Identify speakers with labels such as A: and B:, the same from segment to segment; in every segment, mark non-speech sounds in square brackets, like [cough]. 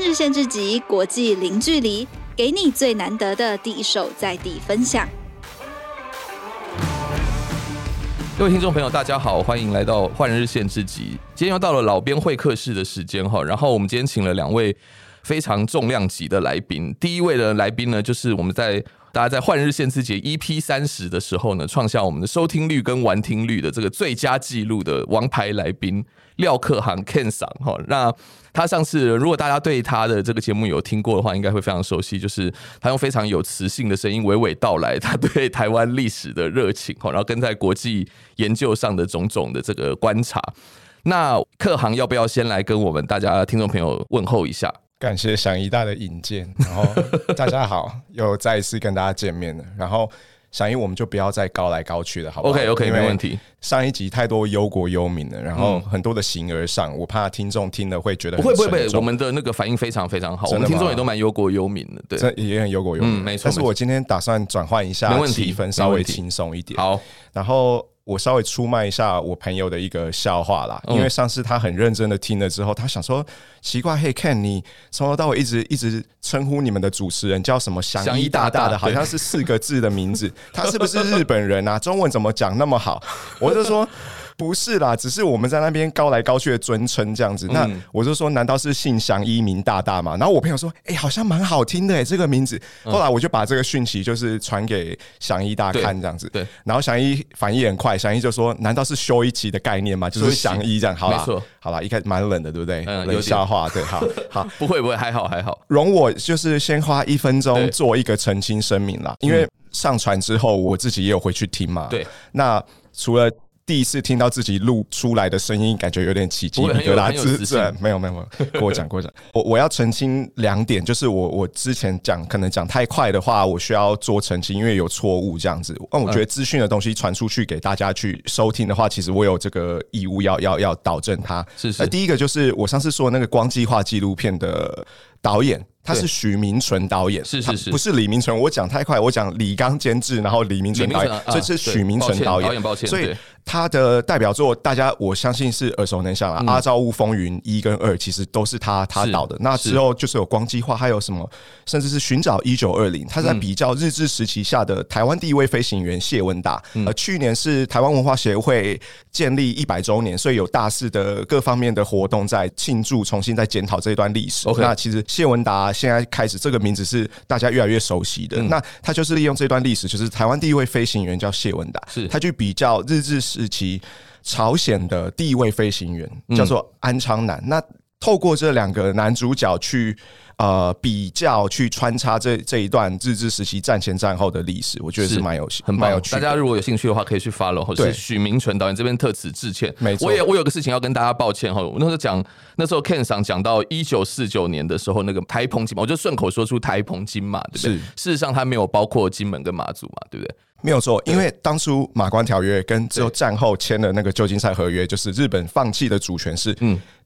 A: 日限制级国际零距离，给你最难得的第一手在地分享。
B: 各位听众朋友，大家好，欢迎来到《换日线之集》。今天又到了老编会客室的时间哈，然后我们今天请了两位非常重量级的来宾。第一位的来宾呢，就是我们在大家在《换日线之节 EP 三十的时候呢，创下我们的收听率跟完听率的这个最佳纪录的王牌来宾廖克航 Ken 赏哈。那他上次如果大家对他的这个节目有听过的话，应该会非常熟悉，就是他用非常有磁性的声音娓娓道来他对台湾历史的热情哈，然后跟在国际研究上的种种的这个观察。那克航要不要先来跟我们大家听众朋友问候一下？
C: 感谢祥一大的引荐，
B: [laughs]
C: 然后大家好，又再一次跟大家见面了。然后祥一，我们就不要再高来高去的，好不好
B: OK OK，
C: 因为
B: 没问题。嗯
C: 上一集太多忧国忧民了，然后很多的形而上，我怕听众听了会觉得
B: 不
C: 很
B: 会不会不会
C: 沉，重
B: 我们的那个反应非常非常好，我
C: 真的
B: 们
C: 吗
B: 听众也都蛮忧国忧民的，对。
C: 这也很忧国忧民，
B: 嗯没错
C: 但是
B: 没错
C: 我今天打算转换一下
B: 没问题
C: 气氛，
B: 没
C: 稍
B: 问
C: 微
B: 题
C: 轻松一点。
B: 好，
C: 然后我稍微出卖一下我朋友的一个笑话啦，因为上次他很认真的听了之后，他想说奇怪，嘿，Ken，你从头到尾一直一直称呼你们的主持人叫什么
B: 祥
C: 祥
B: 一
C: 一
B: 大
C: 大
B: 大
C: 大的，好像是四个字的名 [laughs] 字，他是不是日本人啊？中文怎么讲那么 [laughs] 好？我就说。不是啦，只是我们在那边高来高去的尊称这样子。那我就说，难道是姓祥一名大大嘛？然后我朋友说，哎、好像蛮好听的、欸、这个名字。后来我就把这个讯息就是传给祥一大
B: 对
C: 看这样子。
B: 对，
C: 然后祥一反应很快，祥一就说：“难道是修一期的概念吗？就是祥一这样，好
B: 没
C: 啦
B: 错，
C: 好啦，一开始蛮冷的，对不对？
B: 嗯有点
C: 冷笑话，对，好好。
B: 不会不会，还好还好。
C: 容我就是先花一
B: 对
C: 分
B: 嗯
C: 钟做一个澄清声明啦，因为上传之后我自己也有回去听嘛。
B: 对，
C: 那除了第一次听到自己录出来的声音，感觉有点起鸡
B: 不
C: 皮
B: 会很有
C: 疙瘩
B: 很有
C: 之，
B: 磁
C: 自
B: 性
C: 自没有没有没
B: [laughs]
C: 有，跟我讲跟我讲，我我要澄清两点，就是我我之前讲可能讲太快的话，我需要做澄清，因为有错误这样子。但我觉得资讯的东西传出去给大家去收听的话，其实我有这个义务要要要导正它。
B: 是是
C: 呃第一个就是我上次说那个光计划纪录片的导演。他
B: 对
C: 是许明纯导演，
B: 是是
C: 他
B: 是
C: 不是李明纯。我讲太快，我讲李刚监制，然后李明纯
B: 李明
C: 导
B: 纯
C: 演，
B: 啊
C: 所以是
B: 对
C: 许明
B: 抱
C: 纯
B: 歉
C: 导演。
B: 导演抱歉
C: 所以
B: 对
C: 他的代表作，大家我相信是耳熟能详了，阿照雾风云》一跟二其实都是他他
B: 嗯是
C: 导的。那之后就是有《光计划》，还有什么，甚至是《寻找一九二零》，他
B: 嗯
C: 在比较日治时期下的台湾第一位飞行员谢文达。
B: 嗯
C: 呃，去年是台湾文化协会建立一百周年，所以有大肆的各方面的活动在庆祝，重新在检讨这一段历史。
B: OK
C: 那其实谢文达现在开始这个名字是大家越来越熟悉
B: 嗯
C: 的。那他就是利用这段历史，就是台湾第一位飞行员叫谢文达，
B: 是
C: 他去比较日治时期朝鲜的第一位飞行员，
B: 嗯
C: 叫做安昌南。那透过这两个男主角去呃比较，去穿插这这一段日治时期战前战后的历史，我觉得
B: 是
C: 是蛮有趣
B: 很棒
C: 蛮有，趣
B: 大
C: 的。
B: 家如果有兴趣的话，可以去 follow 或者
C: 对
B: 是许明纯导演这边特此致歉。
C: 没错
B: 我也我有个事情要跟大家抱歉哈，我那时候讲那时候 Ken 上讲到一九四九年的时候，那个台澎金马，我就顺口说出台澎金马，对不对？
C: 是
B: 事实上它没有包括金门跟马祖嘛，对不对？
C: 没有错，因为当初马关条约跟之后战后签的那个旧金山合约，就是日本放弃的主权是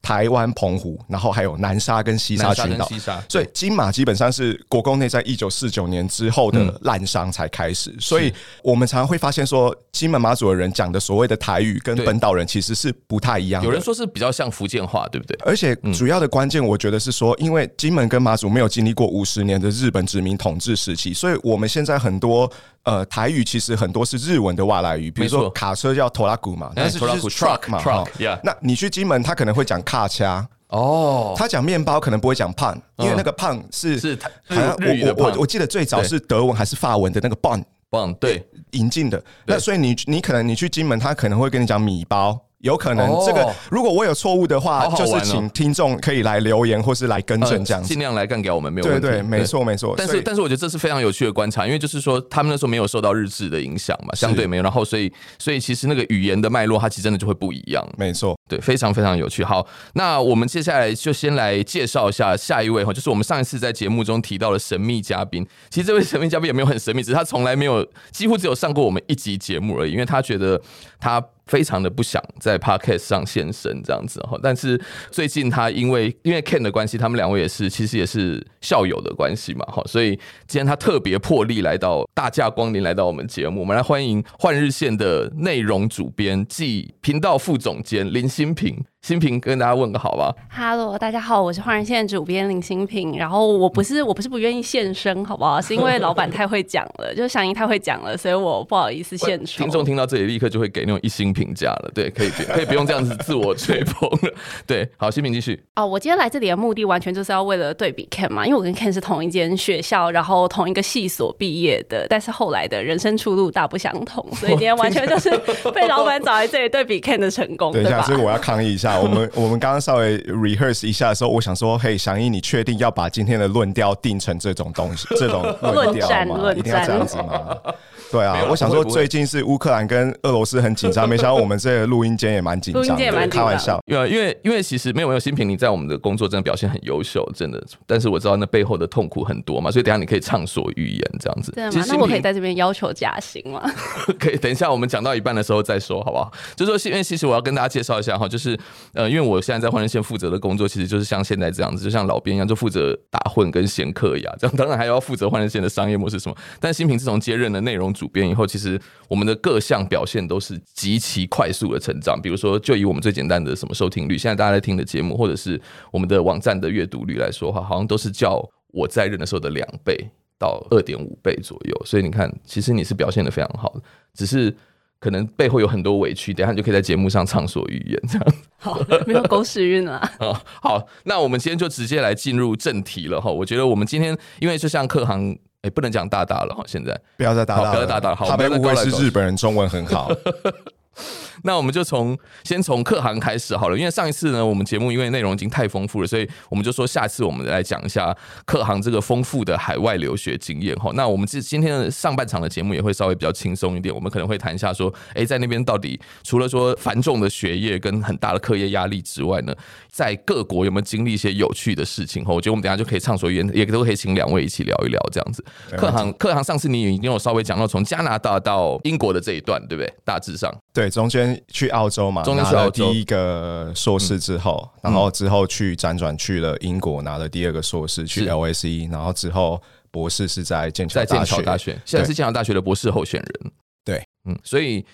C: 台湾、澎湖，然后还有南沙跟西
B: 嗯
C: 沙
B: 南沙
C: 群
B: 跟
C: 岛
B: 西。沙，
C: 所以金马基本上是国共内战一九四九年之后
B: 嗯
C: 的滥觞才开始，所以我们常常会发现说，金门马祖的人讲的所谓的台语跟
B: 对
C: 本岛人其实是不太一样的。
B: 有人说是比较像福建话，对不对？
C: 而且主要的关键，我觉得是说，因为金门跟马祖没有经历过五十年的日本殖民统治时期，所以我们现在很多呃台语其实很多是日文的外来语，比如
B: 没错哎
C: 说卡车叫拖拉古嘛，但是就是
B: Toraku，
C: truck 嘛
B: truck，
C: 哈
B: yeah
C: 那你去金门，他可能会讲卡掐，
B: 哦，嗯
C: 他讲面包可能不会讲胖，因为那个胖是
B: 是台
C: 好像
B: 日语的
C: 我我
B: 胖
C: 我我记得最早是德文还是法文的那个 bon
B: 棒，对，呃
C: 引进的。那所以你你可能你去金门，他可能会跟你讲米包。有可能
B: 哦
C: 这个，如果我有错误的话，
B: 好好
C: 就
B: 玩哦
C: 是请听众可以来留言或是来更正这样
B: 呃
C: 子。
B: 尽量来干给我们没有问
C: 对
B: 题。
C: 对，没。错没错。
B: 但
C: 所
B: 是，
C: 以
B: 但是我觉得这是非常有趣的观察，因为就是说，他们那时候没有受到日志的影响嘛，相对没有，然后所以，所以其实那个语言的脉络，它其实真的就会不一样。
C: 没错，
B: 对，非常非常有趣。好，那我们接下来就先来介绍一下下一位哈，就是我们上一次在节目中提到的神秘嘉宾。其实这位神秘嘉宾也没有很神秘，只是他从来没有，几乎只有上过我们一集节目而已，因为他觉得他。非常的不想在 podcast 上现身这样子哈。但是最近他因为因为 Ken 的关系，他们两位也是其实也是校友的关系嘛哈，所以今天他特别破例来到大驾光临来到我们节目，我们来欢迎换日线的内容主编暨频道副总监林新平。新平跟大家问个好吧，
D: Hello，大家好，我是换人线主编林新平。然后我不是我不是不愿意现身，好不好？是因为老板太会讲了，就是祥英太会讲了，所以我不好意思现身。
B: 听众听到这里立刻就会给那种一星评价了，对，可以不可以不用这样子自我吹捧了，对，好，新平继续，
D: 哦，我今天来这里的目的完全就是要为了对比 Ken 嘛，因为我跟 Ken 是同一间学校，然后同一个系所毕业的，但是后来的人生出路大不相同，所以今天完全就是被老板找来这里对比 Ken 的成功，
C: 等
D: 对
C: 一下，
D: 吧？
C: 这个我要抗议
B: [laughs]
C: 一下。我们我们刚刚稍微 rehearse 一下的时候，我想说，嘿，祥一，你确定要把今天的论调定成这种东西，
B: [laughs]
C: 这种论调
D: 论战
C: 吗？
D: 论
C: 一定要这样子吗？对啊
B: 没有，
C: 我想
B: 不会
C: 说，
B: 不会
C: 最近是乌克兰跟俄罗斯很紧张，没想到我们这个录音间也蛮紧张
D: 录音间也蛮
C: 的。
D: 紧张
C: 开玩笑，
B: 因为因为因为其实没有没有新平，你在我们的工作真的表现很优秀，真的，但是我知道那背后的痛苦很多嘛，所以等一下你可以畅所欲言这样子，
D: 真的
B: 其
D: 吗
B: 实？
D: 那
B: 新
D: 我可以
B: 平
D: 在这边要求加薪吗？
B: 可以等一下，我们讲到一半的时候再说，好不好？就说因为其实我要跟大家介绍一下哈，就是呃，因为我现在在换人线负责的工作，其实就是像现在这样子，就像老编一样，就负责打混跟闲客呀，这样当然还要负责换人线的商业模式什么。但新平自从接任了内容主编以后，其实我们的各项表现都是极其快速的成长。比如说，就以我们最简单的什么收听率，现在大家在听的节目，或者是我们的网站的阅读率来说的话，好像都是较我在任的时候的两倍。到二点五倍左右，所以你看，其实你是表现的非常好的。只是可能背后有很多委屈，等一下你就可以在节目上畅所欲言 [laughs] 这样
D: 好，没有狗屎
B: [laughs]
D: 运了。
B: 啊。好，那我们今天就直接来进入正题了哈。我觉得我们今天因为就像客行，哎、不能讲大大了哈。现在，
C: 不要再打
B: 好
C: 打
B: 不要
C: 了，
B: 再打打了好
C: 他被误
B: 不要
C: 会
B: 再
C: 是
B: 搞了
C: 日本人中文很
B: [laughs]
C: 好。
B: 那我们就从先从客行开始好了，因为上一次呢，我们节目因为内容已经太丰富了，所以我们就说下次我们来讲一下客行这个丰富的海外留学经验哈。那我们这今天的上半场的节目也会稍微比较轻松一点，我们可能会谈一下说，诶，在那边到底除了说繁重的学业跟很大的课业压力之外呢，在各国有没有经历一些有趣的事情哈？我觉得我们等一下就可以畅所欲言，也都可以请两位一起聊一聊这样子。客行客行上次你已经有稍微讲到从加拿大到英国的这一段，对不对？大致上。
C: 对，中间去澳洲嘛，
B: 中间去
C: 拿了
B: 澳洲嗯
C: 第一个硕士之后，然后之后去辗转去了英国，拿了第二个硕士去
B: 是
C: LSE，然后之后博士是在剑桥
B: 在剑
C: 大
B: 桥
C: 学。
B: 大学，现在是剑桥大学的博士候选人。
C: 对，
B: 嗯，所以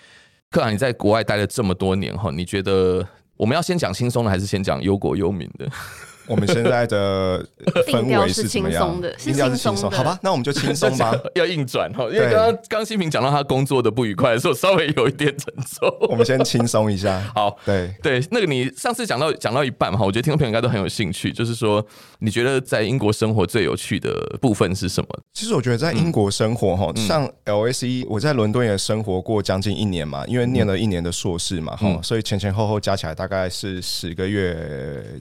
B: 克朗，你在国外待了这么多年哈，你觉得我们要先讲轻松的，还是先讲忧国忧民的？
C: [laughs] 我们现在
D: [laughs]
C: 的
D: 定
C: 氛
D: 调
C: 围
D: 是
C: 怎么
D: 轻
C: 样
D: 松？的是
C: 定调是
D: 轻松的
C: 好吧，那我们就轻松
B: [laughs]
C: 吧。
B: 要硬转哈，因为
C: 对
B: 刚刚刚新平讲到他工作的不愉快的时候，稍微有一点沉
C: 我 [laughs]
B: 重。
C: 们先轻松一下。
B: 好，
C: 对，
B: 对，那个你上次讲到讲到一半哈，我觉得听众朋友应该都很有兴趣，就是说你觉得在英国生活最有趣的部分是什么？
C: 其实我觉得在
B: 嗯
C: 英国生活哈，像 LSE，我在 E，伦敦也生活过将近一年嘛，因为念了一年的硕士嘛哈，
B: 嗯
C: 所以前前后后加起来大概是十个月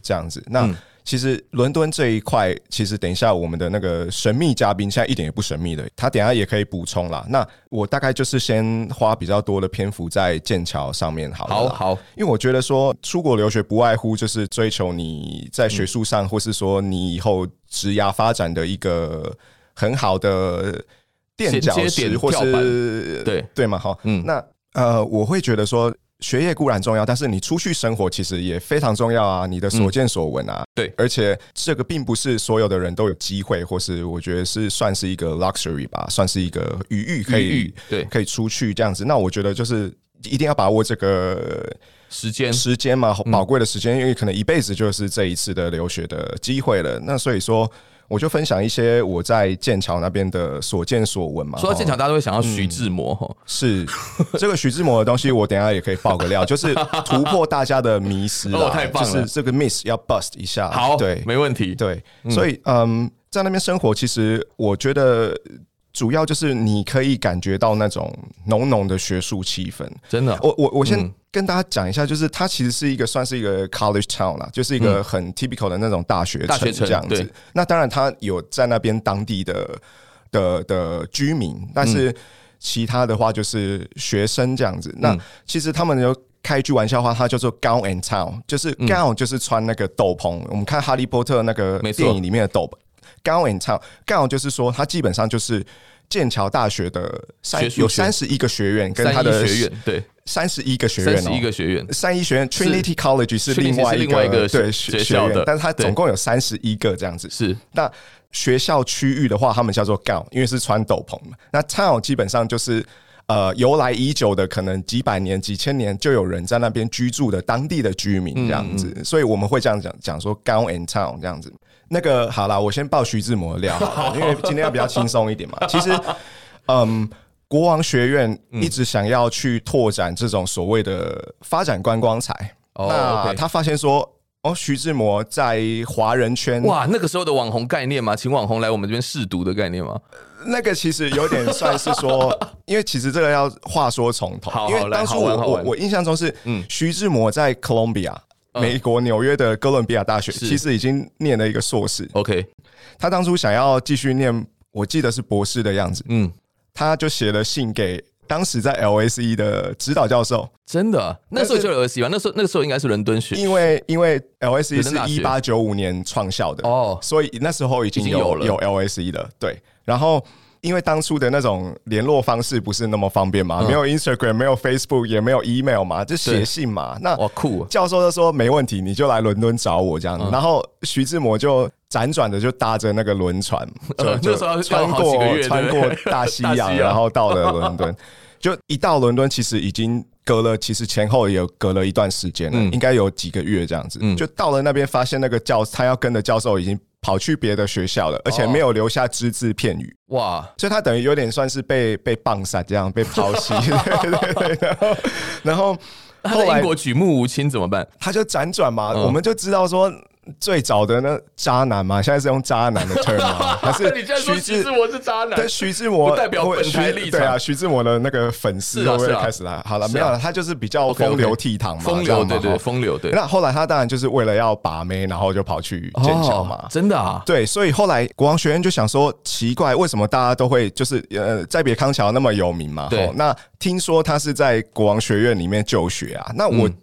C: 这样子。那
B: 嗯
C: 其实伦敦这一块，其实等一下我们的那个神秘嘉宾现在一点也不神秘的，他等一下也可以补充啦。那我大概就是先花比较多的篇幅在剑桥上面好了
B: 好
C: 啦
B: 好，
C: 因为我觉得说出国留学不外乎就是追求你在学术上，或是说你以后职涯发展的一个很好的垫脚
B: 衔接
C: 石，
B: 点
C: 或
B: 跳
C: 是
B: 对
C: 对嘛哈。
B: 嗯
C: 那呃，我会觉得说。学业固然重要，但是你出去生活其实也非常重要啊！你的所见所闻啊，
B: 对
C: 而且这个并不是所有的人都有机会，或是我觉得是算是一个 luxury 吧，算是一个余裕可
B: 余
C: 以
B: 裕对
C: 可以出去这样子。那我觉得就是一定要把握这个
B: 时间
C: 时间嘛，
B: 嗯
C: 宝贵的时间，因为可能一辈子就是这一次的留学的机会了。那所以说，我就分享一些我在剑桥那边的所见所闻嘛。
B: 说到剑桥，
C: 哦
B: 大家都会想到徐志摩哈，
C: 是 [laughs] 这个徐志摩的东西，我等一下也可以爆个
B: [laughs]
C: 料，就是突破大家的迷失啦
B: 哦太棒了
C: 就是这个 miss 要 bust 一下。
B: 好，
C: 啊对，
B: 没问题，
C: 对，所以嗯，在那边生活，其实我觉得主要就是你可以感觉到那种浓浓的学术气氛。
B: 真的，
C: 哦我我我先
B: 嗯
C: 跟大家讲一下，就是它其实是一个算是一个 college town 啦，就是一个很 typical 的那种大学
B: 嗯大学城
C: 这样子
B: 对。
C: 那当然，它有在那边当地的的的居民，但是其他的话就是学生这样子。那
B: 嗯
C: 其实他们有。开一句玩笑话，它叫做 gown and town，就是
B: 嗯
C: gown 就是穿那个斗篷。我们看《哈利波特》那个
B: 没错
C: 电影里面的斗篷，gown and town，gown 就是说它基本上就是剑桥大学的三
B: 学术
C: 有
B: 圈
C: 三十一个学院，跟
B: 三
C: 他的
B: 一学院对，
C: 三十一个学院
B: 三
C: 哦，
B: 十一个学院，
C: 三一学院 Trinity College 是
B: Trinity
C: 另外
B: 是
C: 一
B: 另外一
C: 个
B: 个
C: 对
B: 学
C: 学
B: 学校
C: 院
B: 的
C: 但是它
B: 对
C: 总共有三十一个这样子。
B: 是
C: 那学校区域的话，他们叫做 gown，因为是穿斗篷嘛。那 town 基本上就是呃由来已久的，可能几百年、几千年就有人在那边居住的当地的居民这样
B: 嗯
C: 子，所以我们会这样讲讲说 gown and town 这样子。那个好啦，我先爆徐志摩的料好了，因为今天要比较轻松一
B: [laughs]
C: 点嘛。其实，嗯。国王学院
B: 嗯
C: 一直想要去拓展这种所谓的发展观光财，
B: 哦
C: 那
B: OK
C: 他发现说，哦，徐志摩在华人圈
B: 哇，那个时候的网红概念嘛，请网红来我们这边试读的概念嘛，
C: 那个其实有点算是
B: [laughs]
C: 说，因为其实这个要话说从头，
B: 好
C: 因
B: 好
C: 为
B: 来
C: 当初
B: 好玩
C: 我
B: 好
C: 我
B: 玩
C: 我印象中是，
B: 嗯
C: 徐志摩在 Columbia。
B: 嗯
C: 美国纽约的哥伦比亚大学
B: 是
C: 其实已经念了一个硕士，
B: ，OK，
C: 他当初想要继续念，我记得是博士的样子，
B: 嗯，
C: 他就写了信给当时在 LSE 的指导教授，
B: 真的啊，那时候
C: 但是
B: 就有 LSE 吧，那时候那个时候应该是伦敦学
C: 因为因为 LSE
B: 伦敦
C: 是
B: 大学
C: 一八九五年创校的，
B: 哦，
C: 所以那时候已经
B: 已
C: 有
B: 经有了
C: 有 LSE 了，对。然后因为当初的那种联络方式不是那么方便嘛，
B: 嗯
C: 没有 Instagram，没有 Facebook，也没有 email 嘛，就写信嘛。那
B: 哇酷嗯啊，
C: 教授就说没问题，你就来伦敦找我这样子。然后徐志摩就辗转的就搭着那个轮船，就
B: [laughs] 呃
C: 就
B: 那时候要
C: 穿
B: 好几个
C: 过
B: 月
C: 穿
B: 对不
C: 过
B: 对
C: 大
B: [laughs]
C: 西
B: 大
C: 洋，
B: 西洋
C: 然后到了伦敦。就一到伦敦，其实已经隔了，其实前后也有隔了一段时间了，
B: 嗯
C: 应该有几个月这样子。
B: 嗯
C: 就到了那边，发现那个教他要跟的教授已经跑去别的学校了，
B: 哦
C: 而且没有留下只字片语。
B: 哇，
C: 所以他等于有点算是被被棒散这
B: [laughs]
C: 样被抛弃， [laughs] 对对对对。然后然后
B: 他
C: 后
B: 在
C: 来
B: 英国举目无亲怎么办？
C: 他就辗转嘛，
B: 嗯
C: 我们就知道说最早的那渣男嘛，现在是用渣男的 term
B: [laughs]
C: 吗？还
B: 你
C: 是
B: 居然说
C: 徐
B: 徐
C: 志
B: 志？摩是渣男
C: 但？徐志摩
B: 不代表
C: 我
B: 本台
C: 徐
B: 立
C: 对啊，
B: 场
C: 徐志摩的那个粉丝
B: 是啊
C: 会不会
B: 是啊
C: 开始来？好了，
B: 是啊
C: 没有了，他就是比较
B: OK，OK
C: 风流倜傥嘛，
B: 风
C: 这样
B: 流
C: 嘛
B: 对对
C: 哈
B: 风流对，
C: 那后来他当然就是为了要把妹，然后就跑去剑桥嘛。
B: 哦真的啊，
C: 对，所以后来国王学院就想说，奇怪，为什么大家都会就是呃，在别康桥那么有名嘛？
B: 对
C: 吼那听说他是在国王学院里面就学啊。那我、
B: 嗯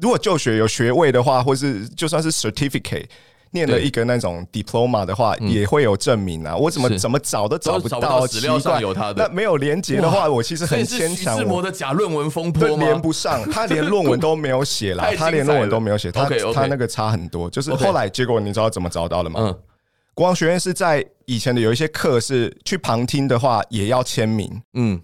C: 如果就学有学位的话，或是就算是 certificate。念了
B: 对
C: 一个那种 diploma 的话，也会有证明啊。我怎么
B: 嗯是
C: 怎么找都找
B: 都
C: 不
B: 找不
C: 到，
B: 到
C: 奇
B: 史料上
C: 怪
B: 有他的
C: 那没有连接的话，我其实
B: 所以
C: 很
B: 是
C: 牵
B: 徐
C: 强。
B: 志
C: 我
B: 摩的假论文风
C: 对，
B: 波
C: 连
B: 吗？
C: 不上，他连论文都没有写
B: [laughs]
C: 啦
B: 太，精彩
C: 他连论文都没有写，他
B: OK，OK
C: 他那个差很多。就是
B: OK
C: 后来结果你知道怎么找到的吗？
B: 嗯
C: 国王学院是在以前的有一些课是去旁听的话也要签名，
B: 嗯，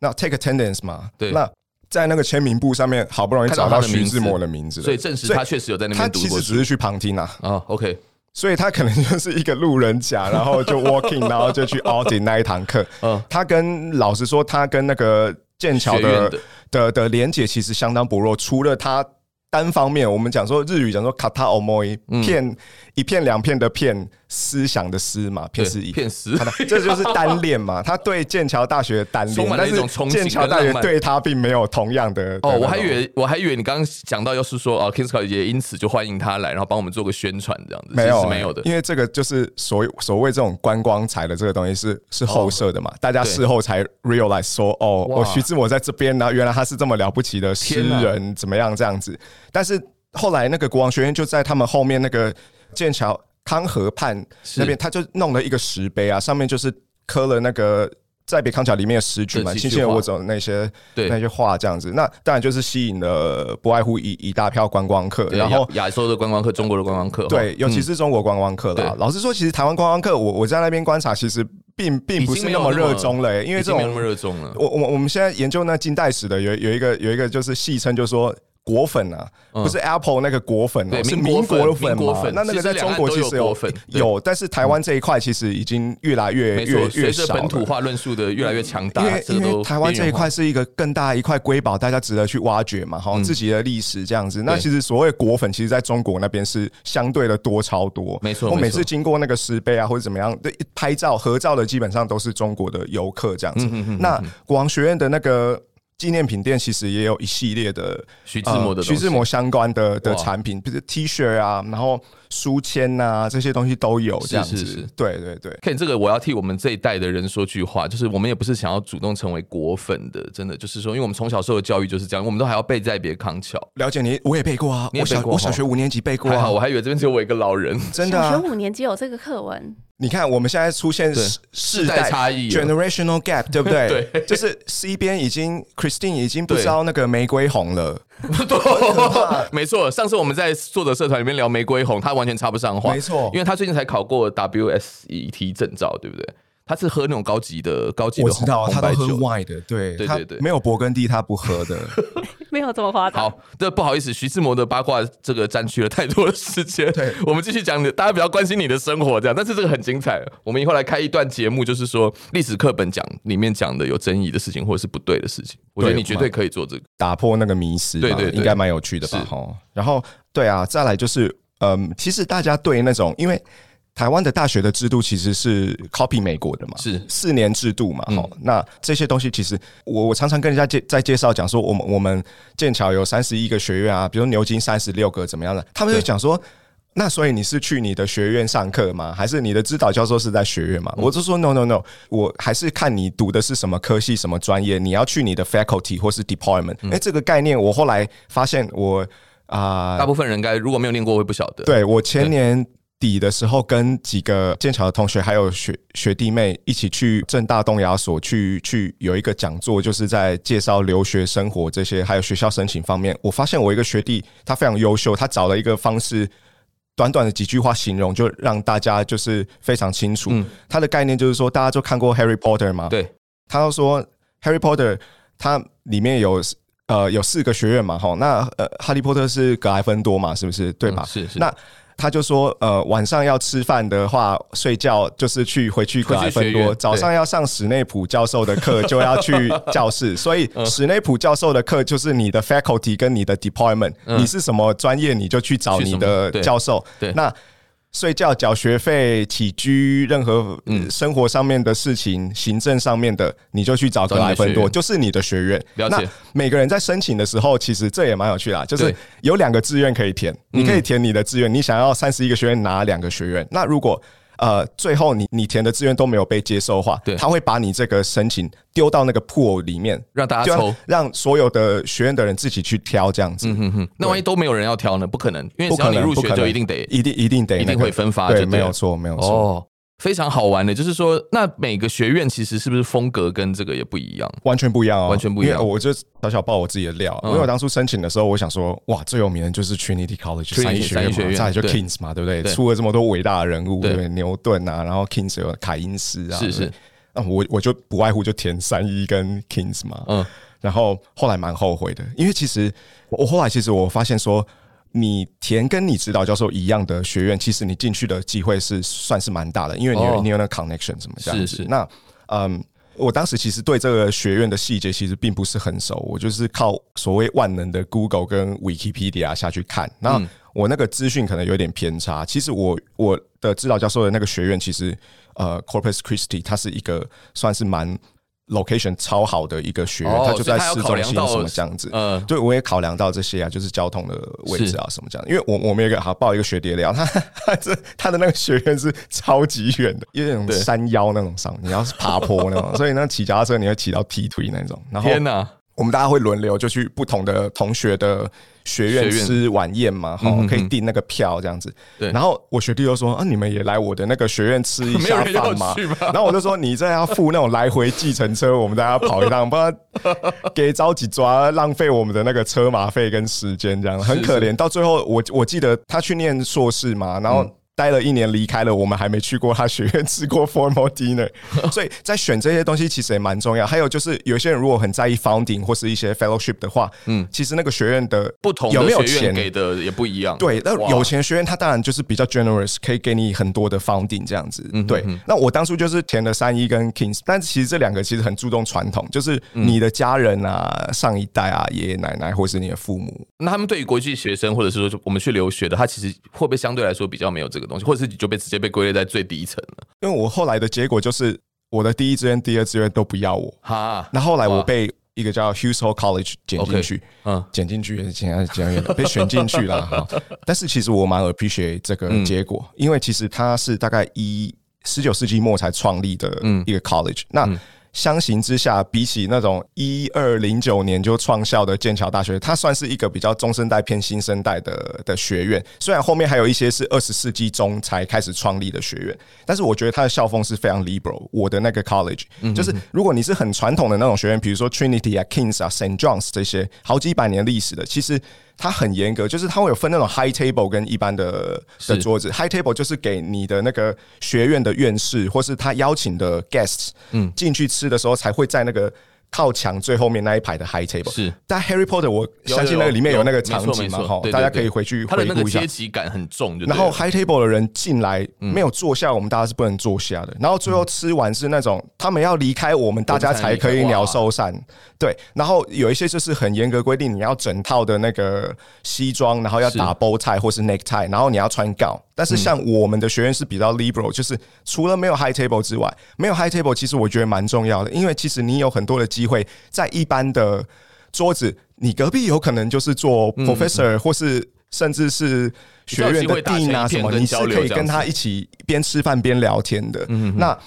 C: 那 take attendance 嘛，
B: 对
C: 那在那个签名簿上面好不容易找
B: 看到
C: 到
B: 他的名
C: 徐
B: 字
C: 志摩的名字了，
B: 所以证实
C: 所以
B: 他确实有在那
C: 他
B: 边读
C: 其
B: 过
C: 实只
B: 书
C: 是去旁听啊，
B: 啊。OK，
C: 所以他可能就是一个路人甲，然后
B: [laughs]
C: 就 walking，然后就去 audit 那一堂课。
B: 嗯，
C: 他跟老实说，他跟那个剑桥
B: 学院
C: 的
B: 的
C: 的的连结其实相当薄弱，除了他单方面，我们讲说日语讲说卡塔 a 莫伊
B: 嗯
C: 片一片两片的片，思想的思嘛，
B: 对
C: 片是一。
B: 骗
C: [laughs]
B: 死
C: 他的这就是单恋嘛，他对剑桥大学的单恋
B: 充，满
C: 但
B: 了一
C: 是
B: 种憧憬
C: 剑桥大学
B: 跟浪漫
C: 对他并没有同样的的
B: 哦，我
C: 那
B: 还
C: 种
B: 以为我还以为你刚刚讲到，要是说哦 k i n g s c o t 也因此就欢迎他来，然后帮我们做个宣传这样子，其
C: 没
B: 实
C: 有欸
B: 是没有的。
C: 因为这个就是所谓所谓这种观光财的这个东西是是后设的嘛，大家事后才 realize 说哦，
B: 哦哇
C: 我徐志摩在这边，然后原来他是这么了不起的诗人，怎么样这样子？但是后来那个国王学院就在他们后面那个剑桥康河畔
B: 是
C: 那边，他就弄了一个石碑啊，上面就是刻了那个。在北康桥里面的诗句嘛，
B: 这几句
C: 庆幸
B: 话
C: 我走那些
B: 对
C: 那些话这样子，那当然就是吸引了不外乎一一大票观光客，
B: 对
C: 然后
B: 亚亚洲的观光客，中国的观光客，
C: 对
B: 哦，
C: 尤其
B: 嗯
C: 是中国观光客啦。
B: 对
C: 老实说，其实台湾观光客，我我在那边观察，其实并并不是那么热衷了、欸因为
B: 已
C: 这
B: 经没有那么
C: 种
B: 热衷了。
C: 我我我们现在研究那近代史的，有有一个有一个就是戏称，就是说。果粉啊，
B: 嗯
C: 不是 Apple 那个果粉、哦，
B: 对
C: 是
B: 民国粉
C: 国粉
B: 民国
C: 嘛？
B: 粉
C: 那那个在中国其
B: 其
C: 实
B: 实两岸都有
C: 有
B: 果粉对
C: 有，但是台湾这一块其实已经越来越
B: 没错，
C: 越
B: 随
C: 越
B: 着
C: 少
B: 本土
C: 了。
B: 化论述的越来越强
C: 因
B: 大，
C: 为
B: 这
C: 因
B: 个
C: 为
B: 都
C: 台湾这一块
B: 边缘化
C: 是一个更大一块瑰宝，大家值得去挖掘嘛，哈、自己的历史这样子。那
B: 嗯对
C: 其实所谓果粉，其实在中国那边是相对的多超多，
B: 没错
C: 我每
B: 没错
C: 次经过那个石碑啊，或者怎么样，对，拍照合照的基本上都是中国的游客这样
B: 嗯
C: 子。那国王学院的那个。纪念品店其实也有一系列的呃
B: 徐志摩的东西
C: 徐志摩相关的的
B: 哇
C: 产品，比如 T 恤啊，然后书签啊这些东西都有这样子。
B: 是是是
C: 对对对，
B: Ken，这个我要替我们这一代的人说句话，就是我们也不是想要主动成为果粉的，真的就是说，因为我们从小受的教育就是这样，我们都还要背在别康桥。
C: 了解你，我也背过啊，
B: 你也
C: 我小
B: 背过
C: 我小
B: 哈
C: 学五年级背过
B: 还
C: 啊
B: 好，我，还以为这边只有我一个老人。
C: 真的、
D: 小
C: 啊
D: 学。五年级有这个课文， [laughs]
C: 你看我们现在出现
B: 对
C: 世世
B: 代差异了
C: generational gap，对不
B: [laughs]
C: 对？
B: 对
C: 就是 C 边已经 Christine 已经不
B: 对
C: 知道那个玫瑰红了，
B: [laughs] 对，没错。上次我们在作者社团里面聊玫瑰红，他完全插不上话，
C: 没错
B: 因为他最近才考过 WSET 证照，对不对？他是喝那种高级的高级的
C: 我知
B: 红
C: 道
B: 红
C: 他
B: 白
C: 都喝
B: 酒。
C: wine 的，对
B: 对
C: 他
B: 对对
C: 没有勃艮第他不
B: [laughs]
C: 喝的。
D: 没有这么夸张。
B: 好，这不好意思，徐志摩的八卦这个占据了太多的时间。
C: [laughs] 对，
B: 我们继续讲你，大家比较关心你的生活这样，但是这个很精彩。我们以后来开一段节目，就是说历史课本讲里面讲的有争议的事情或者是不对的事情，我觉得
C: 对
B: 你绝对可以做这个。
C: 打破那个迷失吧，
B: 对对对
C: 应该蛮有趣的吧？
B: 是
C: 哈，然后对啊，再来就是，嗯，其实大家对那种因为。台湾的大学的制度其实是 copy 美国的嘛，
B: 是嗯
C: 四年制度嘛，哈、那这些东西其实我我常常跟人家介在介绍讲说，我们我们剑桥有三十一个学院啊，比如牛津三十六个怎么样的，他们就
B: 对
C: 讲说，那所以你是去你的学院上课吗？还是你的指导教授是在学院吗？
B: 嗯
C: 我就说 no no no，我还是看你读的是什么科系、什么专业，你要去你的 faculty 或是 department。哎、
B: 嗯
C: 这个概念我后来发现我啊、
B: 大部分人应该如果没有念过会不晓得。
C: 对我前年底的时候，跟几个剑桥的同学还有学学弟妹一起去正大东亚所去去有一个讲座，就是在介绍留学生活这些，还有学校申请方面。我发现我一个学弟他非常优秀，他找了一个方式。短短的几句话形容，就让大家就是非常清楚。
B: 嗯
C: 他的概念就是说，大家都看过《Harry Potter》吗？
B: 对，
C: 他就说《Harry Potter》它里面有呃有四个学院嘛，哈，那呃哈利波特是格莱芬多嘛，是不是？对吧？
B: 嗯是是
C: 那他就说，呃，晚上要吃饭的话，睡觉就是去回去格莱
B: 回去
C: 芬
B: 学院
C: 多；
B: 对
C: 早上要上史内普教授的课，就要去教室。所以
B: 嗯
C: 史内普教授的课就是你的 faculty 跟你的 department，、
B: 嗯
C: 你是什么专业，你就去找
B: 去什
C: 你
B: 么
C: 的
B: 对
C: 教授。
B: 对
C: 那睡觉、缴学费、起居，任何
B: 嗯
C: 呃生活上面的事情、行政上面的，你就去找格莱芬
B: 找你的学
C: 多，
B: 院
C: 就是你的学院。
B: 了解
C: 那每个人在申请的时候，其实这也蛮有趣啦，啊就是
B: 对嗯
C: 有两个志愿可以填，你可以填你的志愿，你想要三十一个学院拿两个学院。那如果呃，最后你你填的志愿都没有被接受的话
B: 对，
C: 他会把你这个申请丢到那个 pool 里面，
B: 让大家
C: 就
B: 抽
C: 让。让所有的学院的人自己去挑这样子。
B: 嗯哼，那万一都没有人要挑呢？不可能，因为
C: 不
B: 只要
C: 可
B: 你
C: 能，
B: 入
C: 不
B: 学
C: 可
B: 就
C: 能
B: 一定得
C: 一定一定得
B: 一
C: 那
B: 定
C: 个
B: 会分发就
C: 对，
B: 对
C: 没有
B: 了
C: 错，没有错。
B: 哦，非常好玩的，就是说，那每个学院其实是不是风格跟这个也不一样？
C: 完全不一样哦，
B: 完全不一样
C: 因为我就小小爆我自己的料，
B: 嗯
C: 因为我当初申请的时候，我想说，哇，最有名的就是 Trinity College 三
B: Trinity
C: 一学
B: 三
C: 院
B: 一学
C: 嘛，
B: 院
C: 再来就
B: 对
C: Kings 嘛，对不对？
B: 对
C: 出了这么多伟大的人物，
B: 对
C: 对不对？牛顿啊，然后 Kings 有凯因斯啊，
B: 是是
C: 对不对。那我我就不外乎就填三一跟 Kings 嘛，
B: 嗯，
C: 然后后来蛮后悔的，因为其实我我后来其实我发现说，你填跟你指导教授一样的学院，其实你进去的机会是算是蛮大的，因为你有、
B: 哦
C: 你有那个 connection 什么这样子。
B: 是是
C: 那嗯，我当时其实对这个学院的细节其实并不是很熟，我就是靠所谓万能的 Google 跟 Wikipedia 下去看，那
B: 嗯
C: 我那个资讯可能有点偏差。其实我我的指导教授的那个学院，其实呃 Corpus Christi 它是一个算是蛮。location 超好的一个学院，
B: 哦
C: 它就在市
B: 所
C: 中
B: 以它
C: 心
B: 要考量到
C: 什么这样子。
B: 呃，
C: 对，我也考量到这些啊，就是交通的位置啊，什么这样。因为我我们有一个好报一个学弟聊， [laughs] 他他这他的那个学院是超级远的，有点
B: 对
C: 山腰那种上，你要是爬
B: [laughs]
C: 坡那种，所以那骑脚踏车你会骑到劈腿那种。然后
B: 天哪，
C: 我们大家会轮流就去不同的同学的学院
B: 学院
C: 吃晚宴嘛，哈、
B: 嗯嗯嗯
C: 可以订那个票这样子。
B: 对
C: 然后我学弟就说：“啊，你们也来我的那个学院吃一
B: [laughs] 没有
C: 下
B: 人要
C: 饭吗
B: 去？”吧
C: [laughs] 然后我就说：“你这要付那种来回计程车，我们大家跑一趟，
B: [laughs]
C: 不然给着急抓，浪费我们的那个车马费跟时间，这样很可怜。”到最后，我我记得他去念硕士嘛，然后。
B: 嗯
C: 待了一年离开了，我们还没去过他学院吃过
B: [laughs]
C: formal dinner，所以在选这些东西其实也蛮重要。还有就是，有些人如果很在意 founding 或是一些 fellowship 的话，嗯，其实那个学院的
B: 不同
C: 有没有
B: 的学院
C: 钱
B: 给的也不一样。
C: 对，那
B: 哇
C: 有钱学院它当然就是比较 generous，可以给你很多的 funding 这样子。
B: 嗯
C: 对，那我当初就是填了三一跟 Kings，但其实这两个其实很注重传统，就是
B: 嗯
C: 你的家人啊、上一代啊、爷爷奶奶或是你的父母，
B: 那他们对于国际学生，或者是说我们去留学的，他其实会不会相对来说比较没有这个东西，或者是你就被直接被归类在最底层了？
C: 因为我后来的结果就是我的第一志愿、第二志愿都不要我，
B: 哈，
C: 那后来我
B: 哇
C: 被一个叫 Husel College 捡进去。
B: 嗯，
C: 捡进去也是捡捡远了，被选进去了哈。但是其实我蛮 appreciate 这个结果，因为其实它是大概一十九世纪末才创立的一个 college、那相形之下，比起那种一二零九年就创校的剑桥大学，它算是一个比较中生代偏新生代的的学院。虽然后面还有一些是二十世纪中才开始创立的学院，但是我觉得它的校风是非常 liberal。我的那个 college 就是，如果你是很传统的那种学院，比如说 Trinity 啊、Kings 啊、St. John's 这些好几百年历史的，其实。它很严格，就是它会有分那种 high table 跟一般的的
B: 是
C: 桌子。high table 就是给你的那个学院的院士，或是他邀请的 guests，嗯，进去吃的时候才会在那个靠墙最后面那一排的 high table。
B: 是
C: 但 Harry Potter 我相信那个里面有那个场景嘛，哈，大家可以回去
B: 他的
C: 回
B: 那个
C: 顾一下
B: 阶。级感很重，就对
C: 然后
B: 了嗯
C: high table 的人进来没有坐下，我们大家是不能坐下的。然后最后吃完是那种他们要离开我们，大家才可以鸟兽散。
B: 嗯
C: 对，然后有一些就是很严格规定，你要整套的那个西装，然后要
B: 是嗯
C: 打 bow tie 或是 necktie，然后你要穿 gown。但是像我们的学院是比较 liberal，就是除了没有 high table 之外，没有 high table 其实我觉得蛮重要的，因为其实你有很多的机会在一般的桌子，你隔壁有可能就是做
B: 嗯
C: professor 或是甚至是学院的 dean 啊什么，你是可以跟他一起边吃饭边聊天的。
B: 嗯
C: 那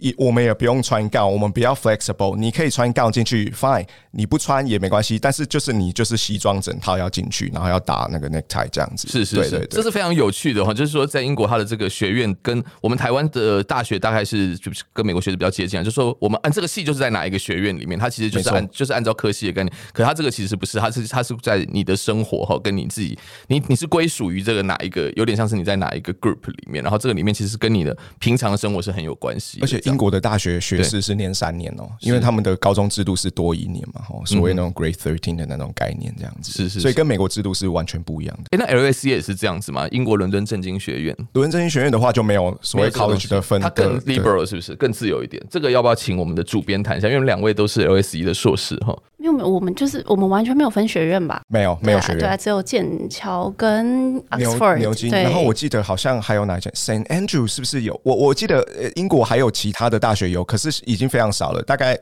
C: 也我们也不用穿 gown，我们比较 flexible，你可以穿 gown 进去，fine，你不穿也没关系，但是就是你就是西装整套要进去，然后要打那个 necktie 这样子。
B: 是是是，
C: 对对
B: 这
C: 对。
B: 是非常有趣的哈。就是说，在英国，它的这个学院跟我们台湾的大学大概是就是跟美国学制比较接近啊。就是说，我们按这个系就是在哪一个学院里面，它其实就是
C: 没错
B: 按就是按照科系的概念。可它这个其实不是，它是它是在你的生活哈，跟你自己，你你是归属于这个哪一个，有点像是你在哪一个 group 里面，然后这个里面其实跟你的平常的生活是很有关系的。
C: 而且
B: 这样
C: 英国的大学学士是念三年哦、因为他们的高中制度是多一年嘛，吼，所谓那种 Grade Thirteen 的那种概念这样子，
B: 嗯是是
C: 所以跟美国制度是完全不一样的。
B: 诶那 LSE 也是这样子吗？英国伦敦政经学院，
C: 伦敦政经学院的话就没有所
B: 没有
C: 谓
B: 这个东西
C: college 的分
B: 它
C: 的，
B: 更
C: 对
B: liberal 是不是更自由一点？这个要不要请我们的主编谈一下？因为我们两位都是 LSE 的硕士哈。
D: 因为我们就是我们完全没有分学院吧？
C: 没有没有学
D: 对啊，对啊
C: 院。
D: 只有剑桥跟
C: 牛
D: Oxford
C: 牛津，
D: 对
C: 然后我记得好像还有哪一间 Saint Andrew 是不是有？我我记得呃英国还有其他的大学有，可是已经非常少了，大概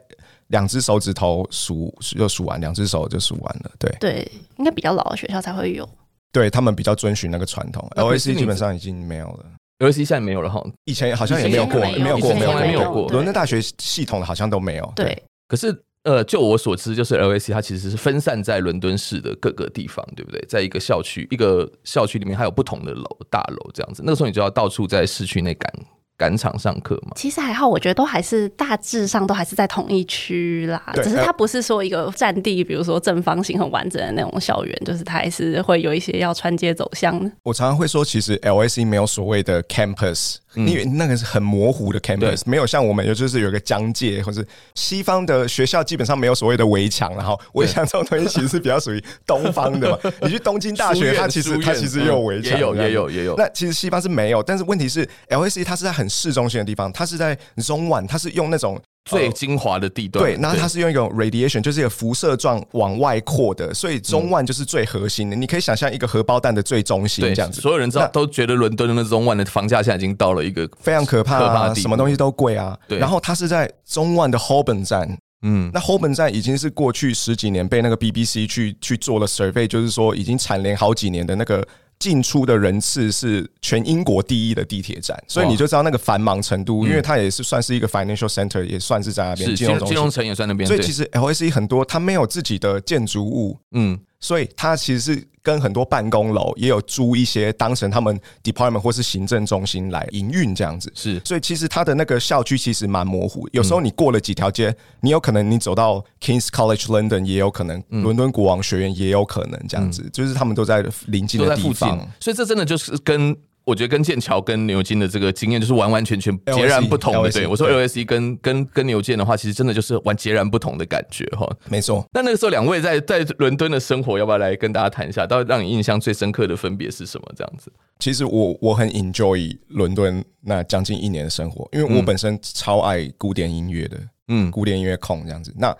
C: 两只手指头数就数完，两只手就数完了。对，
D: 对，应该比较老的学校才会有。
C: 对他们比较遵循那个传统
B: 那可是
C: ，LAC
B: 你
C: 基本上已经没有了，
B: LSE 现在没有了哈，
C: 以前好像也没有过，
D: 以前
C: 没有过，
B: 以前
C: 没有
B: 从来没有过
C: 过。伦敦大学系统好像都没有。
D: 对，
B: 可是呃，就我所知，就是 LAC 它其实是分散在伦敦市的各个地方，对不对？在一个校区，一个校区里面，它有不同的楼、大楼这样子。那个时候你就要到处在市区内赶赶场上课嘛。
D: 其实还好，我觉得都还是大致上都还是在同一区啦，
C: 对
D: 只是它
C: 呃
D: 不是说一个占地，比如说正方形很完整的那种校园，就是它还是会有一些要穿街走巷的。
C: 我常常会说，其实 LAC 没有所谓的 campus，、因为
B: 嗯
C: 那个是很模糊的 campus，没有像我们有就是有一个疆界，或是西方的学校基本上没有所谓的围墙，然后围墙这种东西其实是比较属于东方
B: [laughs]
C: 的嘛。你去东京大
B: 书
C: 学，
B: 院
C: 它其
B: 书
C: 实
B: 院嗯
C: 它其实也有围墙、
B: 也有
C: 这样
B: 也有也有
C: 那其实西方是没有，但是问题是 LAC 它是在很市中心的地方，它是在 Zone One，它是用那种
B: 最精华的地段，
C: 对，然后它是用一种 radiation，就是一个辐射状往外扩的，所以
B: 嗯
C: 中腕就是最核心的。你可以想象一个荷包蛋的最中心
B: 对
C: 这样子，
B: 所有人知道
C: 那
B: 都觉得伦敦的那 Zone One 的房价现在已经到了一个
C: 非常可怕
B: 可怕的
C: 啊，
B: 地步
C: 什么东西都贵啊。
B: 对
C: 然后它是在中腕的 Holborn 站，
B: 嗯
C: 那 Holborn 站已经是过去十几年被那个 BBC 去去做了 survey，就是说已经蝉联好几年的那个。进出的人次是全英国第一的地铁站，所以
B: 哇嗯
C: 你就知道那个繁忙程度，因为它也是算是一个 financial center，也算是在那边
B: 是
C: 金
B: 金融
C: 融中
B: 金
C: 心
B: 融。城也算那边，
C: 所以
B: 对
C: 其实 LAC 很多它没有自己的建筑物，
B: 嗯
C: 所以它其实是跟很多办公楼也有租一些当成他们 department 或是行政中心来营运这样子。
B: 是
C: 所以其实它的那个校区其实蛮模糊，有时候你过了几条街，你有可能你走到 King's College London 也有可能，
B: 嗯
C: 伦敦国王学院也有可能这样子，就是他们都在临近
B: 都
C: 的
B: 在
C: 地
B: 附近
C: 方。，
B: 所以这真的就是跟我觉得跟剑桥跟牛津的这个经验就是完完全全截然不同的。
C: LSE
B: E，对我说
C: 对
B: LSE 跟跟跟牛剑的话，其实真的就是完截然不同的感觉哈。
C: 没错，
B: 那那个时候两位在在伦敦的生活，要不要来跟大家谈一下？到底让你印象最深刻的分别是什么？这样子
C: 其实我我很 enjoy 伦敦那将近一年的生活，因为我本身超爱古典音乐的，
B: 嗯
C: 嗯，古典音乐控这样子。那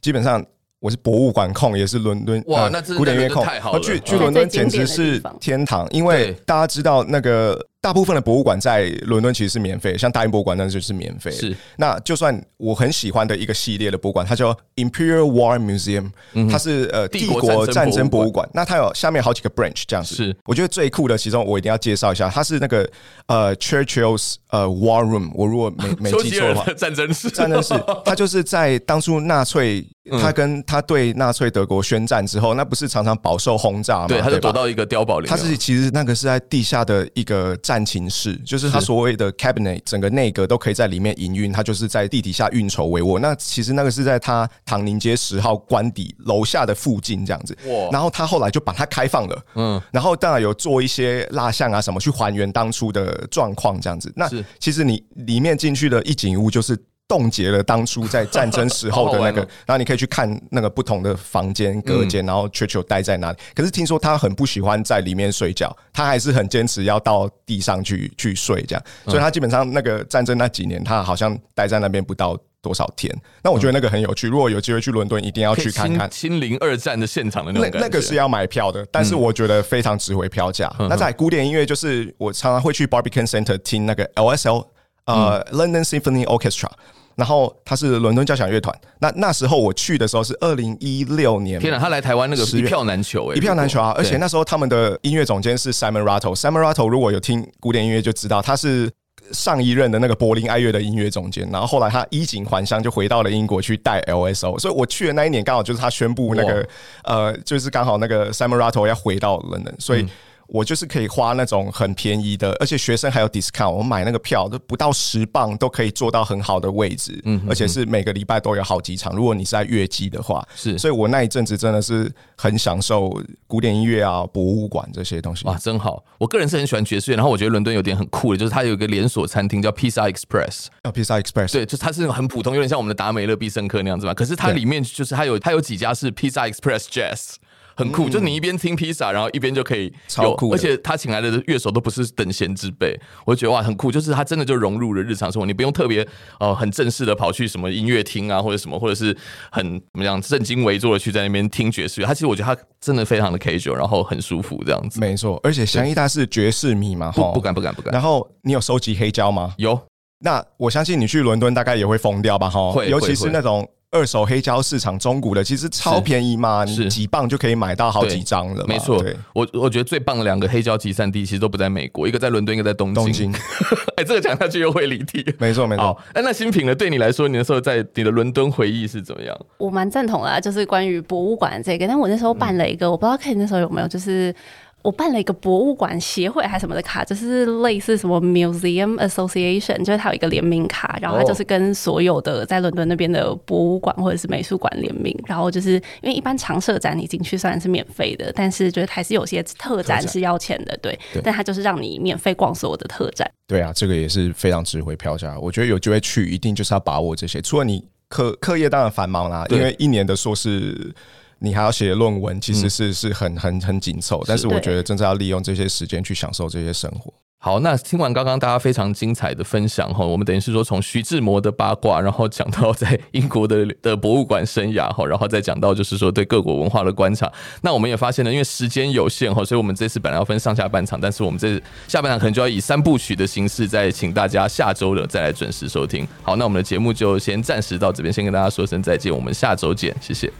C: 基本上我是博物馆控，也是伦敦
B: 哇
C: 呃
B: 那真的
C: 古典音乐控，
B: 太好了
C: 去
B: 嗯
C: 去伦敦简直是天堂，因为
B: 对
C: 大家知道那个大部分的博物馆在伦敦其实是免费的，像大英博物馆那就是免费的。
B: 是
C: 那就算我很喜欢的一个系列的博物馆，它叫 Imperial War Museum，、它是呃
B: 嗯帝
C: 帝
B: 国
C: 国
B: 战
C: 战
B: 争
C: 争
B: 博
C: 博
B: 物
C: 物馆。那它有下面好几个 branch 这样子。
B: 是
C: 我觉得最酷的，其中我一定要介绍一下，它是那个呃 Churchill's 呃 War Room，我如果没没
B: 丘
C: 记
B: 吉
C: 错
B: 尔 [laughs]
C: 的话
B: 的，战争史，
C: 战争史，他就是在当初纳粹，
B: 嗯
C: 他跟他对纳粹德国宣战之后，那不是常常饱受轰炸吗？
B: 对，他就
C: 吧
B: 躲到一个碉堡里面
C: 他
B: 了，
C: 是其实那个是在地下的一个战情室，就是他所谓的 cabinet，整个内阁都可以在里面营运，他就是在地底下运筹帷幄。那其实那个是在他唐宁街十号官邸楼下的附近这样子
B: 哇。
C: 然后他后来就把它开放了，嗯，然后当然有做一些蜡像啊什么去还原当初的状况这样子。那
B: 是
C: 其实你里面进去的一景一物就是。冻结了当初在战争时候
B: 好 [laughs] 好
C: 的那
B: 玩
C: 个
B: 哦嗯
C: 然后你可以去看那个不同的房间、隔间，然后 Churchill 待在哪里。可是听说他很不喜欢在里面睡觉，他还是很坚持要到地上去去睡这样。
B: 嗯
C: 所以他基本上那个战争那几年，他好像待在那边不到多少天。那我觉得那个很有趣，如果有机会去伦敦，一定要
B: 可以
C: 去看看。
B: 亲亲临二战的现场的那
C: 那
B: 种感觉，嗯
C: 那个是要买票的，但是我觉得非常值回票价。那在古典音乐，就是我常常会去 Barbican Center 听那个 LSL 呃、London
B: 嗯
C: Symphony Orchestra，然后它是伦敦交响乐团。那那时候我去的时候是二零一六年，
B: 天哪，他来台湾那个
C: 十
B: 一
C: 月
B: 票难求哎、
C: 一票难求啊！
B: 对
C: 而且那时候他们的音乐总监是 Simon Rattle。Simon Rattle 如果有听古典音乐就知道，他是上一任的那个柏林爱乐的音乐总监。然后后来他衣锦还乡，就回到了英国去带 LSO。所以我去的那一年刚好就是他宣布那个呃，就是刚好那个 Simon Rattle 要回到伦敦，所以。
B: 嗯
C: 我就是可以花那种很便宜的，而且学生还有 discount，我买那个票都不到十磅都可以坐到很好的位置，
B: 嗯
C: 而且是每个礼拜都有好几场。如果你是在月季的话，
B: 是
C: 所以我那一阵子真的是很享受古典音乐啊、博物馆这些东西。
B: 哇，真好！我个人是很喜欢爵士乐，然后我觉得伦敦有点很酷的，就是它有一个连锁餐厅叫 Pizza Express，
C: 要啊 Pizza Express，
B: 对，就它是那种很普通，有点像我们的达美乐必胜客那样子嘛。可是它
C: 对
B: 里面就是它有它有几家是 Pizza Express Jazz。很酷，就是你一边听披萨，然后一边就可以有
C: 嗯超酷的
B: 而且他请来的乐手都不是等闲之辈，我就觉得哇很酷，就是他真的就融入了日常生活，你不用特别呃很正式的跑去什么音乐厅啊或者什么，或者是很怎么样正襟危坐的去在那边听爵士乐。他其实我觉得他真的非常的 casual，然后很舒服这样子。
C: 没错。而且祥一大是爵士迷嘛，
B: 不
C: 吼
B: 不敢不敢不敢，
C: 哦然后你有收集黑胶吗？
B: 有
C: 那我相信你去伦敦大概也会疯掉吧，哈
B: 会，
C: 尤其
B: 会
C: 是
B: 会
C: 那种二手黑胶市场中古的，其实超便宜嘛，
B: 是
C: 你几磅就可以买到好几张了嘛，
B: 没错
C: 对，，
B: 我我觉得最棒的两个黑胶集散地其实都不在美国，一个在伦敦，一个在东京。
C: 东京，
B: [laughs] 哎，这个讲下去又会离题。
C: [laughs] 没错没错
B: 好。，哎那那新品呢？对你来说，你那时候在你的伦敦回忆是怎么样？
D: 我蛮赞同啦，就是关于博物馆这个。但我那时候办了一个，我不知道 K 那时候有没有，就是呃我办了一个博物馆协会还是什么的卡，就是类似什么 Museum Association，就是它有一个联名卡，然后它
B: 哦
D: 就是跟所有的在伦敦那边的博物馆或者是美术馆联名。然后就是因为一般常设展你进去虽然是免费的，但是就是还是有些特展是要钱的，对。
C: 对
D: 但它就是让你免费逛所有的特展。
C: 对啊，这个也是非常值回票价。我觉得有机会去，一定就是要把握这些。除了你课课业当然繁忙啦，
B: 对
C: 因为一年的硕士你还要写论文，其
B: 嗯
C: 实是、是很很很紧凑。但是我
D: 对
C: 觉得真正要利用这些时间去享受这些生活。
B: 好，那听完刚刚大家非常精彩的分享哈，我们等于是说从徐志摩的八卦，然后讲到在英国的的博物馆生涯哈，然后再讲到就是说对各国文化的观察。那我们也发现呢，因为时间有限哈，所以我们这次本来要分上下半场，但是我们这下半场可能就要以三部曲的形式，再请大家下周的再来准时收听。好，那我们的节目就先暂时到这边，先跟大家说声再见，我们下周见，谢谢。